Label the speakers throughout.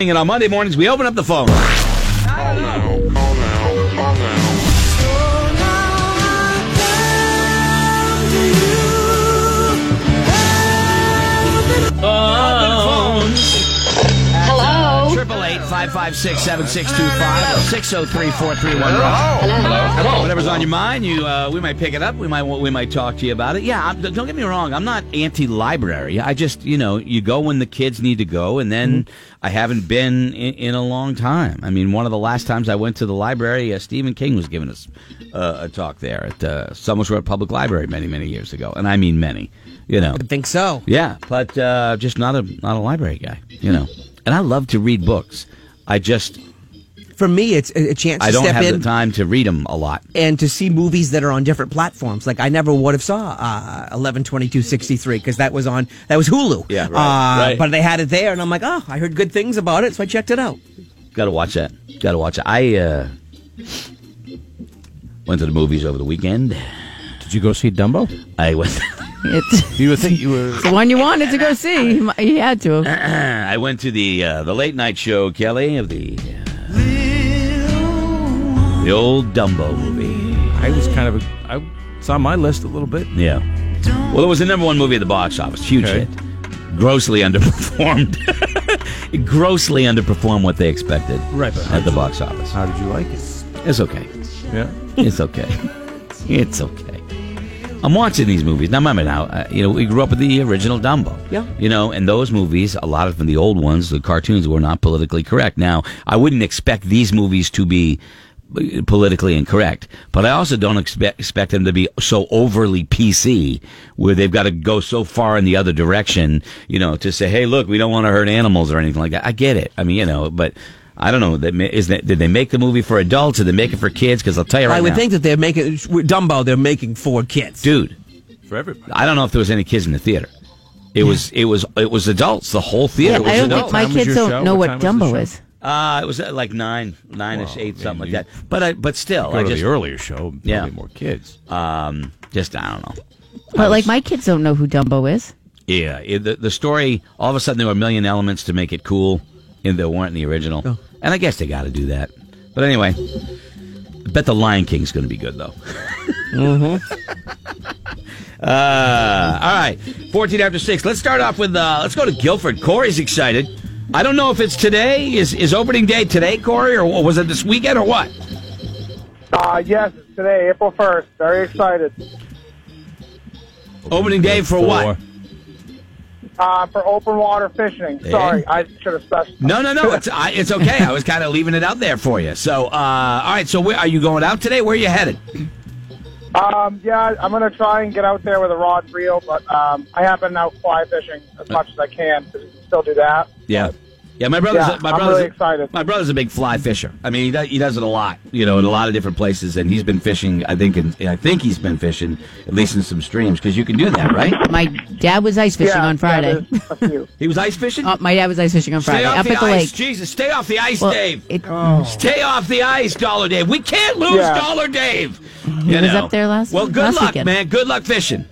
Speaker 1: And on Monday mornings, we open up the phone.
Speaker 2: Hello.
Speaker 1: Triple eight five five six seven six two five six zero three four three one. Whatever's on your mind, you uh, we might pick it up. We might we might talk to you about it. Yeah, I'm, don't get me wrong. I'm not anti-library. I just you know you go when the kids need to go, and then I haven't been in, in a long time. I mean, one of the last times I went to the library, uh, Stephen King was giving us uh, a talk there at uh, Summers Road Public Library many many years ago, and I mean many. You know,
Speaker 3: I think so.
Speaker 1: yeah, but uh, just not a not a library guy. You know, and I love to read books. I just
Speaker 3: For me, it's a, a chance
Speaker 1: I
Speaker 3: to
Speaker 1: don't
Speaker 3: step
Speaker 1: have
Speaker 3: in
Speaker 1: the time to read them a lot.
Speaker 3: and to see movies that are on different platforms. Like I never would have saw uh, eleven twenty two sixty three because that was on that was Hulu.
Speaker 1: Yeah, right,
Speaker 3: Uh,
Speaker 1: right.
Speaker 3: But they had it there, and I'm like, oh, I heard good things about it, so I checked it out.
Speaker 1: Got to watch that. Got to watch it. I uh, went to the movies over the weekend.
Speaker 4: Did you go see Dumbo?
Speaker 1: I went.
Speaker 2: It's
Speaker 4: You would think you were.
Speaker 2: the one you wanted to go see. He mu- He had to. have.
Speaker 1: I went to the uh, the late night show, Kelly, of the uh, the old Dumbo movie.
Speaker 4: I was kind of. A, I, it's on my list a little bit.
Speaker 1: Yeah. Well, it was the number one movie at the box office. Huge
Speaker 4: Okay.
Speaker 1: hit. Grossly underperformed. It grossly underperformed what they expected.
Speaker 4: Right, but-
Speaker 1: at the box office.
Speaker 4: How did you like it?
Speaker 1: It's okay.
Speaker 4: Yeah.
Speaker 1: It's okay. it's okay. I'm watching these movies now. Remember now, uh, you know we grew up with the original Dumbo.
Speaker 3: Yeah.
Speaker 1: You know, and those movies, a lot of them, the old ones, the cartoons, were not politically correct. Now, I wouldn't expect these movies to be uh, politically incorrect, but I also don't expect expect them to be so overly PC, where they've got to go so far in the other direction, you know, to say, hey, look, we don't want to hurt animals or anything like that. I get it. I mean, you know, but. I don't know. That ma- is that. Did they make the movie for adults? Did they make it for kids? Because I'll tell you right
Speaker 3: I would
Speaker 1: now,
Speaker 3: think that they're making with Dumbo. They're making for kids.
Speaker 1: dude.
Speaker 4: For everybody.
Speaker 1: I don't know if there was any kids in the theater. It was it was it was adults. The whole theater was
Speaker 2: I don't
Speaker 1: adults.
Speaker 2: think my
Speaker 4: time was
Speaker 2: kids
Speaker 4: your
Speaker 2: don't
Speaker 4: show?
Speaker 2: know
Speaker 4: What
Speaker 2: what
Speaker 4: time was
Speaker 2: Dumbo
Speaker 4: the show?
Speaker 2: is.
Speaker 1: uh, it was at like nine, nine ish, eight,
Speaker 4: Well,
Speaker 1: something
Speaker 4: I mean,
Speaker 1: like that. But I but still,
Speaker 4: Go
Speaker 1: I
Speaker 4: to
Speaker 1: just
Speaker 4: the earlier show.
Speaker 1: Yeah.
Speaker 4: Yeah. More kids.
Speaker 1: um just I don't know.
Speaker 2: But like my kids don't know who Dumbo is.
Speaker 1: Yeah, it, the the story. All of a sudden, there were a million elements to make it cool, and there weren't in the original.
Speaker 3: Oh.
Speaker 1: And I guess they got to do that. But anyway, I bet the Lion King's going to be good though. Uh, all right, 14 after 6. Let's start off with, uh, let's go to Guilford. Corey's excited. I don't know if it's today. Is is opening day today, Corey, or was it this weekend or what?
Speaker 5: Uh, yes, it's today, April 1st. Very excited.
Speaker 1: Opening day for what?
Speaker 5: Uh, for open water fishing. Sorry, I should have specified.
Speaker 1: No, no, no. It's I, it's okay. I was kind of leaving it out there for you. So, uh, all right. So, where are you going out today? Where are you headed?
Speaker 5: Um, yeah, I'm going to try and get out there with a rod and reel, but um, I have been out fly fishing as much as I can because you can still do that.
Speaker 1: Yeah. Yeah, my brother's
Speaker 5: Yeah,
Speaker 1: my
Speaker 5: I'm
Speaker 1: brother's
Speaker 5: really excited.
Speaker 1: my brother's a big fly fisher. I mean, he does, he does it a lot, you know, in a lot of different places and he's been fishing, I think in, I think he's been fishing at least in some streams cuz you can do that, right?
Speaker 2: My dad was ice fishing
Speaker 5: yeah,
Speaker 2: on Friday.
Speaker 5: Yeah, there's a few.
Speaker 1: He was ice fishing?
Speaker 2: Uh, my dad was ice fishing on
Speaker 1: Stay
Speaker 2: Friday
Speaker 1: off
Speaker 2: up
Speaker 1: the
Speaker 2: at the
Speaker 1: ice.
Speaker 2: lake.
Speaker 1: Jesus, stay off the ice,
Speaker 2: Well,
Speaker 1: Dave.
Speaker 2: it-
Speaker 4: Oh.
Speaker 1: Stay off the ice, Dollar Dave. We can't lose
Speaker 5: Yeah.
Speaker 1: Dollar Dave.
Speaker 2: He was up there last-
Speaker 1: Well, good
Speaker 2: last
Speaker 1: luck,
Speaker 2: weekend.
Speaker 1: man. Good luck fishing.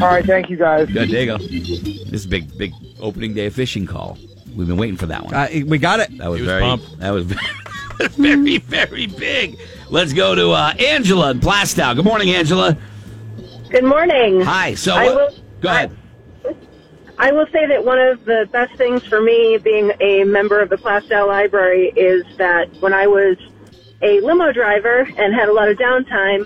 Speaker 5: All right, thank you guys.
Speaker 1: Good, there you go. This is big big opening day fishing call. We've been waiting for that one.
Speaker 3: Uh, we got it.
Speaker 1: That was,
Speaker 4: He was
Speaker 1: very.
Speaker 4: pumped.
Speaker 1: That was very, very big. Let's go to uh, Angela in Plastow. Good morning, Angela.
Speaker 6: Good morning.
Speaker 1: Hi. So,
Speaker 6: I
Speaker 1: uh,
Speaker 6: will-
Speaker 1: go ahead.
Speaker 6: I will say that one of the best things for me being a member of the Plastow Library is that when I was a limo driver and had a lot of downtime,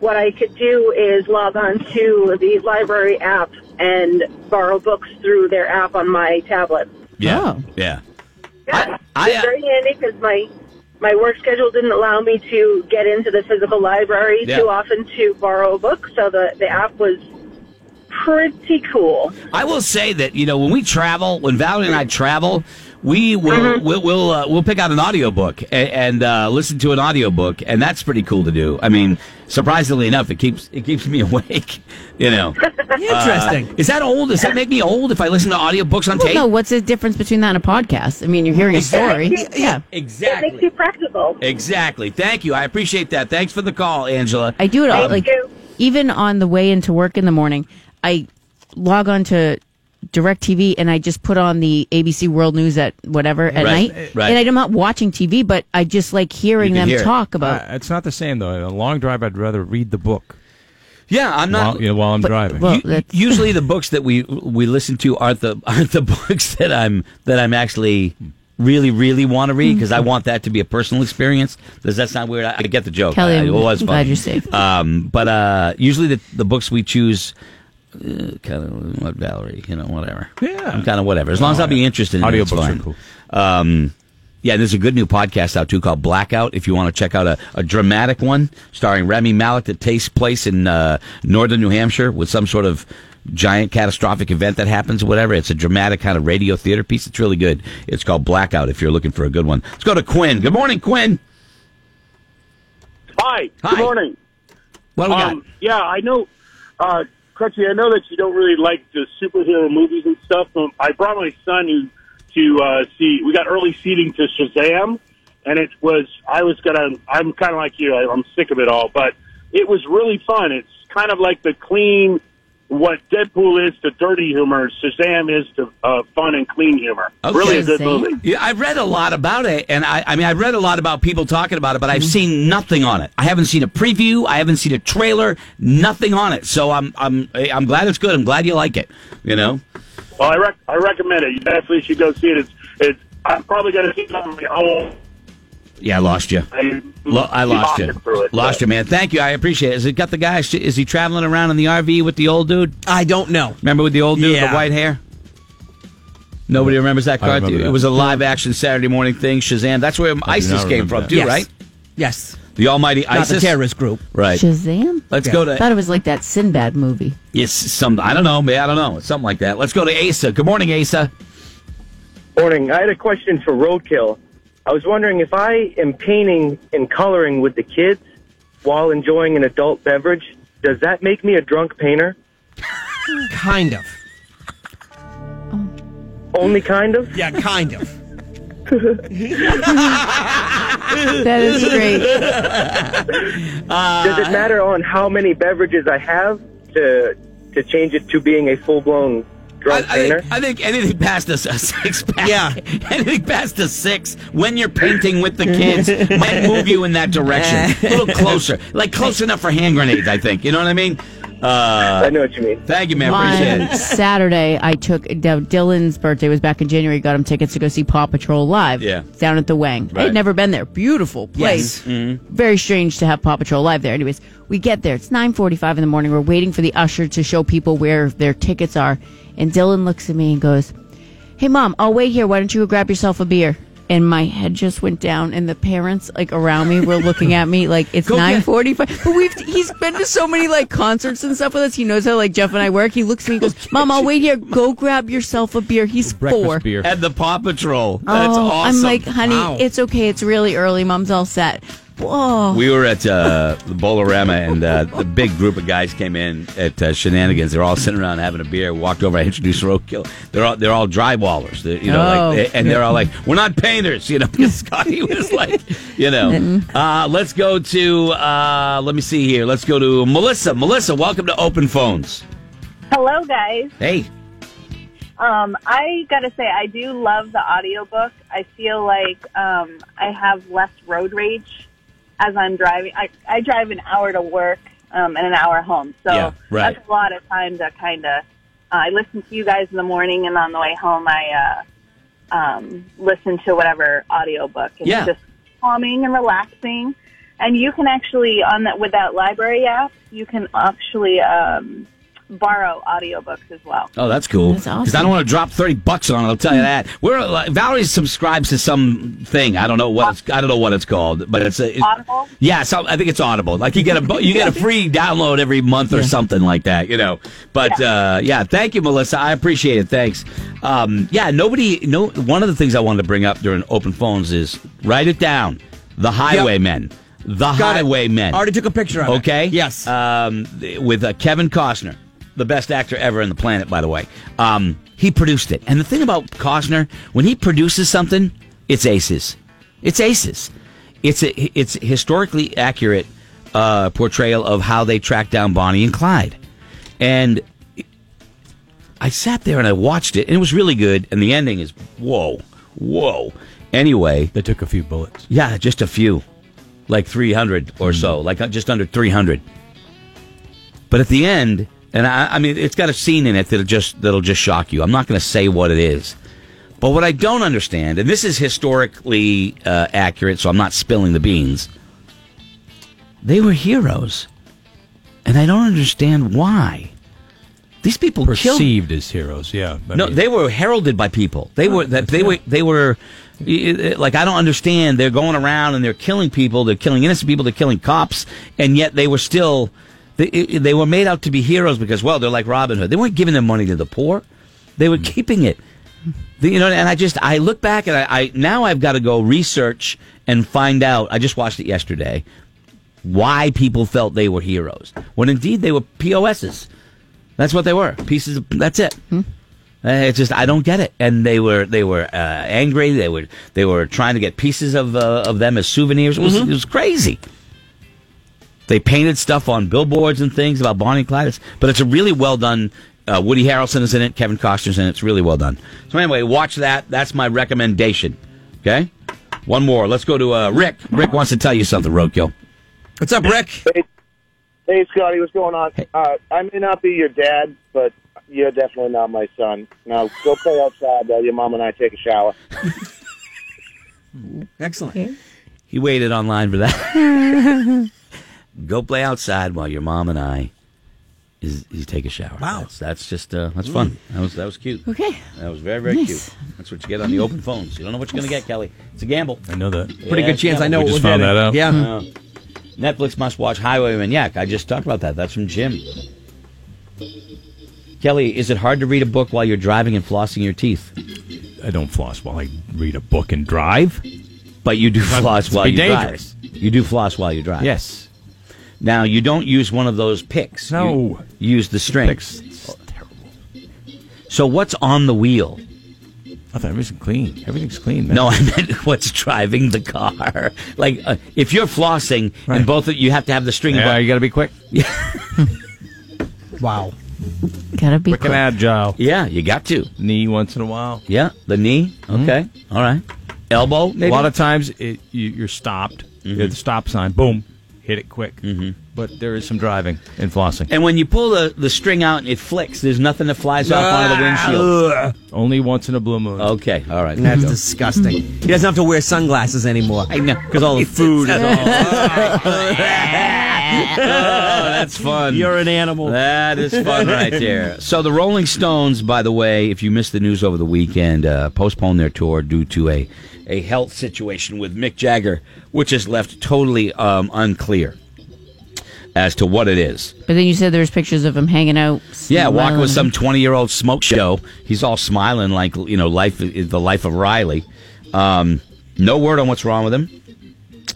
Speaker 6: what I could do is log on to the library app and borrow books through their app on my tablet.
Speaker 1: yeah.
Speaker 2: Oh.
Speaker 1: Yeah.
Speaker 6: Yeah,
Speaker 1: I,
Speaker 6: it's
Speaker 1: uh,
Speaker 6: very handy because my my work schedule didn't allow me to get into the physical library
Speaker 1: Yeah.
Speaker 6: too often to borrow a book, so the the app was pretty cool.
Speaker 1: I will say that you know when we travel, when Valerie and I travel, we will we'll we'll, uh, we'll pick out an audiobook and, and uh, listen to an audiobook, and that's pretty cool to do. I mean, surprisingly enough, it keeps it keeps me awake. You know, Uh,
Speaker 3: Interesting.
Speaker 1: is that old? Does that make me old if I listen to audiobooks on
Speaker 2: I don't
Speaker 1: tape?
Speaker 2: know what's the difference between that and a podcast. I mean, you're hearing a story. Yeah.
Speaker 1: Exactly.
Speaker 6: It makes you practical.
Speaker 1: Exactly. Thank you. I appreciate that. Thanks for the call, Angela.
Speaker 2: I do it all. Like
Speaker 6: Thank you.
Speaker 2: even on the way into work in the morning, I log on to direct TV and I just put on the ABC World News at whatever at
Speaker 1: Right,
Speaker 2: night.
Speaker 1: right.
Speaker 2: And I'm not watching TV, but I just like hearing
Speaker 1: can
Speaker 2: them
Speaker 1: hear it.
Speaker 2: talk about
Speaker 4: Uh, it's not the same though. A long drive, I'd rather read the book
Speaker 1: Yeah, I'm not.
Speaker 4: while, you know, while I'm driving.
Speaker 2: well-
Speaker 1: U-
Speaker 2: Oh, that's-
Speaker 1: usually the books that we we listen to aren't the aren't the books that I'm that I'm actually really really want to read
Speaker 2: Mm-hmm.
Speaker 1: because I want that to be a personal experience. Does that sound weird? I, I get the joke.
Speaker 2: Kelly,
Speaker 1: I,
Speaker 2: I'm
Speaker 1: it was
Speaker 2: glad
Speaker 1: funny.
Speaker 2: you're safe.
Speaker 1: Um, but uh, usually the the books we choose. Uh, kind of what Valerie, you know, whatever.
Speaker 4: Yeah.
Speaker 1: I'm kind of whatever. As long as I'll be interested in it, it's
Speaker 4: Audiobooks are
Speaker 1: fine.
Speaker 4: cool.
Speaker 1: Um, yeah, and there's a good new podcast out too called Blackout. If you want to check out a, a dramatic one starring Remy Malik that takes place in uh, northern New Hampshire with some sort of giant catastrophic event that happens, whatever. It's a dramatic kind of radio theater piece. It's really good. It's called Blackout. If you're looking for a good one, let's go to Quinn. Good morning, Quinn.
Speaker 7: Hi.
Speaker 1: Hi.
Speaker 7: Good morning.
Speaker 1: What do we
Speaker 7: Um, yeah, I know, uh, Crutchy, I know that you don't really like the superhero movies and stuff. Um, I brought my son who, to uh, see, we got early seating to Shazam, and it was, I was gonna, I'm kind of like you, I, I'm sick of it all, but it was really fun. It's kind of like the clean, what Deadpool is to dirty humor, Shazam is to uh, fun and clean humor.
Speaker 1: Okay.
Speaker 7: Really a good
Speaker 2: Shazam?
Speaker 7: movie.
Speaker 1: Yeah, I read a lot about it, and I, I mean, I read a lot about people talking about it, but I've seen nothing on it. I haven't seen a preview, I haven't seen a trailer, nothing on it. So I'm, I'm, I'm glad it's good. I'm glad you like it. You know,
Speaker 7: Well, I, rec- I recommend it. You definitely should go see it. It's, it's I'm probably going to see it on my own.
Speaker 1: yeah, I lost you.
Speaker 7: I,
Speaker 1: Lo- I lost you.
Speaker 7: Talking through it,
Speaker 1: Lost
Speaker 7: but-
Speaker 1: you, man. Thank you. I appreciate it. Has it got the guy? Is he traveling around in the RV with the old dude?
Speaker 3: I don't know.
Speaker 1: Remember with the old dude with
Speaker 3: Yeah.
Speaker 1: the white hair? Nobody remembers that
Speaker 4: I
Speaker 1: card.
Speaker 4: remember that.
Speaker 1: It was a live action Saturday morning thing. Shazam. That's where ISIS came
Speaker 4: remember
Speaker 1: from,
Speaker 4: that.
Speaker 1: too,
Speaker 3: yes.
Speaker 1: right?
Speaker 3: Yes.
Speaker 1: The almighty
Speaker 3: Not
Speaker 1: ISIS.
Speaker 3: the terrorist group.
Speaker 1: Right.
Speaker 2: Shazam.
Speaker 1: Let's
Speaker 3: Yeah.
Speaker 1: go to
Speaker 2: I thought it was like that Sinbad movie.
Speaker 1: Yes, some I don't know, man. I don't know. It's something like that. Let's go to Asa. Good morning, Asa.
Speaker 8: Morning. I had a question for Roadkill. I was wondering if I am painting and coloring with the kids while enjoying an adult beverage, does that make me a drunk painter?
Speaker 3: Kind of.
Speaker 8: Only kind of?
Speaker 3: Yeah, kind of.
Speaker 2: That is great.
Speaker 8: Does it matter on how many beverages I have to to change it to being a full blown
Speaker 1: I,
Speaker 8: drunk
Speaker 1: I
Speaker 8: painter?
Speaker 1: think, I think anything past a, s- a six pack,
Speaker 3: Yeah.
Speaker 1: anything past a six, when you're painting with the kids, might move you in that direction. A little closer, like close enough for hand grenades. I think you know what I mean. Uh,
Speaker 8: I know what you mean.
Speaker 1: thank you, man. Appreciate
Speaker 2: On
Speaker 1: it.
Speaker 2: Saturday, I took Dylan's birthday was back in January. Got him tickets to go see Paw Patrol live.
Speaker 1: Yeah.
Speaker 2: down at the Wang.
Speaker 1: Right. Mm-hmm.
Speaker 2: I'd never been there. Beautiful place. Very strange to have Paw Patrol live there. Anyways, we get there. It's nine forty-five in the morning. We're waiting for the usher to show people where their tickets are, and Dylan looks at me and goes, "Hey, mom, I'll wait here. Why don't you go grab yourself a beer?" And my head just went down, and the parents like around me were looking at me like it's
Speaker 1: get-
Speaker 2: nine forty-five. But we've he's been to so many like concerts and stuff with us. He knows how like Jeff and I work. He looks at me, and goes, "Mom, I'll wait here. Go grab yourself a beer." He's
Speaker 4: Breakfast
Speaker 2: four.
Speaker 4: beer.
Speaker 1: And the Paw Patrol. That's
Speaker 2: Oh,
Speaker 1: awesome.
Speaker 2: I'm like, honey,
Speaker 3: Wow.
Speaker 2: it's okay. It's really early. Mom's all set. Whoa.
Speaker 1: We were at uh, the Bolorama, and uh, the big group of guys came in at uh, Shenanigans. They're all sitting around having a beer. Walked over, I introduced Roadkill. They're all they're all drywallers, They're, you know,
Speaker 2: Oh.
Speaker 1: like, and they're all like, "We're not painters," you know. Because Scotty was like, you know, uh, let's go to uh, let me see here. Let's go to Melissa. Melissa, welcome to Open Phones.
Speaker 9: Hello, guys.
Speaker 1: Hey,
Speaker 9: Um, I gotta say, I do love the audiobook. I feel like um, I have less road rage as I'm driving. I, I drive an hour to work um, and an hour home, so
Speaker 1: Yeah, right.
Speaker 9: that's a lot of time to kind of. Uh, I listen to you guys in the morning, and on the way home, I uh, um, listen to whatever audiobook. And
Speaker 1: Yeah.
Speaker 9: It's just calming and relaxing. And you can actually on that with that library app, you can actually um, borrow audiobooks as well.
Speaker 1: Oh, that's cool.
Speaker 2: That's awesome.
Speaker 1: Because I don't want to drop thirty bucks on it. I'll tell you that. We're like, Valerie subscribes to some thing. I don't know what it's, I don't know what it's called, but it's, a, it's-
Speaker 9: Audible?
Speaker 1: Yeah, so I think it's Audible. Like you get a bu- you get a free download every month or something like that. You know. But yeah. Uh, yeah, thank you, Melissa. I appreciate it. Thanks. Um, yeah, nobody. No, one of the things I wanted to bring up during open phones is write it down. The Highwaymen. The
Speaker 3: Got it.
Speaker 1: Highwaymen.
Speaker 3: Already took a picture of it.
Speaker 1: Okay.
Speaker 3: Yes.
Speaker 1: Um, th- with uh, Kevin Costner, the best actor ever on the planet, by the way. Um, he produced it. And the thing about Costner, when he produces something, it's aces. It's aces. It's a, it's historically accurate uh, portrayal of how they tracked down Bonnie and Clyde. And I sat there and I watched it, and it was really good. And the ending is whoa, whoa. Anyway,
Speaker 4: They took a few bullets.
Speaker 1: yeah, just a few, like three hundred or so, like uh, just under three hundred. But at the end, and I, I mean, it's got a scene in it that'll just that'll just shock you. I'm not going to say what it is, but what I don't understand, and this is historically uh, accurate, so I'm not spilling the beans. They were heroes, and I don't understand why. These people killed
Speaker 4: Perceived as heroes, yeah. I
Speaker 1: no,
Speaker 4: mean, Ah,
Speaker 1: they were heralded by people. They were that they were they were eh, eh, like I don't understand. They're going around and they're killing people. They're killing innocent people. They're killing cops, and yet they were still they eh, they were made out to be heroes because well they're like Robin Hood. They weren't giving their money to the poor. They
Speaker 4: Hmm.
Speaker 1: were keeping it. The- You know, and I just I look back and I, I now I've got to go research and find out. I just watched it yesterday. Why people felt they were heroes when indeed they were POSs. That's what they were. Pieces. Of, that's it. Uh, It's just I don't get it. And they were they were uh, angry. They were they were trying to get pieces of uh, of them as souvenirs. It was, it was crazy. They painted stuff on billboards and things about Bonnie and Clyde. It's- But it's a really well done. Uh, Woody Harrelson is in it. Kevin Costner's in it. It's really well done. So anyway, watch that. That's my recommendation. Okay. One more. Let's go to uh, Rick. Rick wants to tell you something, Roadkill.
Speaker 3: What's up, Rick?
Speaker 5: Hey, Scotty, what's going on? Uh, I may not be your dad, but you're definitely not my son. Now, go play outside while your mom and I take a shower.
Speaker 3: Excellent.
Speaker 1: He waited online for that. Go play outside while your mom and I is you take a shower.
Speaker 3: Wow.
Speaker 1: that's, that's just uh, that's fun. That was that was cute.
Speaker 2: Mm. Okay.
Speaker 1: that was very very
Speaker 2: Nice.
Speaker 1: cute. That's what you get on the open phones. You don't know what you're gonna get, Kelly. It's a gamble.
Speaker 4: I know that.
Speaker 1: Pretty good chance I know
Speaker 4: we
Speaker 1: what
Speaker 4: just
Speaker 1: we're
Speaker 4: found
Speaker 1: getting.
Speaker 4: that out.
Speaker 3: Yeah.
Speaker 1: Netflix must watch Highwayman Yak. I just talked about that. That's from Jim. Kelly, is it hard to read a book while you're driving and flossing your teeth?
Speaker 4: I don't floss while I read a book and drive.
Speaker 1: But you do floss
Speaker 4: it's
Speaker 1: while
Speaker 4: be
Speaker 1: you
Speaker 4: dangerous.
Speaker 1: drive. You do floss while you drive.
Speaker 4: Yes.
Speaker 1: Now you don't use one of those picks. You-
Speaker 4: No.
Speaker 1: you use the strings.
Speaker 4: It's terrible.
Speaker 1: So what's on the wheel?
Speaker 4: I thought everything's clean. Everything's clean, man.
Speaker 1: No, I meant what's driving the car. Like uh, if you're flossing
Speaker 4: Right.
Speaker 1: and both of you have to have the string.
Speaker 4: Yeah,
Speaker 1: but-
Speaker 4: you got to be quick. Mm-hmm.
Speaker 3: Wow.
Speaker 2: Gotta be
Speaker 4: Quick and
Speaker 2: quick.
Speaker 4: agile.
Speaker 1: yeah, you got to.
Speaker 4: Knee once in a while.
Speaker 1: Yeah, the knee.
Speaker 4: Mm-hmm.
Speaker 1: Okay, All right. Elbow. Maybe.
Speaker 4: A lot of times it, you, you're stopped. You hit the stop sign. Boom. Hit it quick. Mm-hmm. But there is some driving and flossing.
Speaker 1: and when you pull the, the string out and it flicks, there's nothing that flies off onto
Speaker 4: Ah.
Speaker 1: the windshield.
Speaker 4: Only once in a blue moon.
Speaker 1: Okay, all right.
Speaker 3: That's disgusting. He doesn't have to wear sunglasses anymore.
Speaker 1: I know because all the food is all. Oh, that's fun.
Speaker 3: You're an animal.
Speaker 1: That is fun right there. So the Rolling Stones, by the way, if you missed the news over the weekend, uh, postponed their tour due to a, a health situation with Mick Jagger, which is left totally um, unclear as to what it is.
Speaker 2: But then you said there was pictures of him hanging out.
Speaker 1: Yeah, walking with some
Speaker 2: smiling.
Speaker 1: twenty-year-old smoke show. He's all smiling, like you know, life is the life of Riley. Um, no word on what's wrong with him.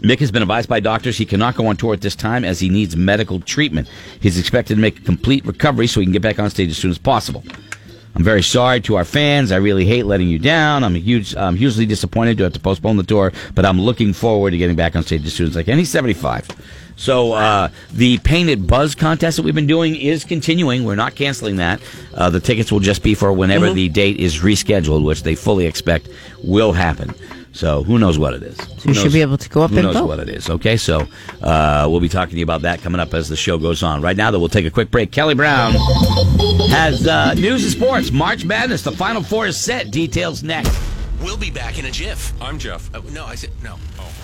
Speaker 1: Mick has been advised by doctors he cannot go on tour at this time as he needs medical treatment. He's expected to make a complete recovery so he can get back on stage as soon as possible. I'm very sorry to our fans. I really hate letting you down. I'm a huge, I'm hugely disappointed to have to postpone the tour, but I'm looking forward to getting back on stage as soon as I can. He's 75. So uh, the painted buzz contest that we've been doing is continuing. We're not canceling that. Uh, the tickets will just be for whenever
Speaker 2: Mm-hmm.
Speaker 1: the date is rescheduled, which they fully expect will happen. So who knows what it is? Who
Speaker 2: you should
Speaker 1: knows-
Speaker 2: be able to go up
Speaker 1: who
Speaker 2: and
Speaker 1: knows
Speaker 2: vote.
Speaker 1: what it is? Okay, so uh, we'll be talking to you about that coming up as the show goes on. Right now, though, we'll take a quick break. Kelly Brown has uh, news and sports. March Madness, the Final Four is set. Details next.
Speaker 10: We'll be back in a jiff. I'm Jeff. Oh, no, I said no. Oh.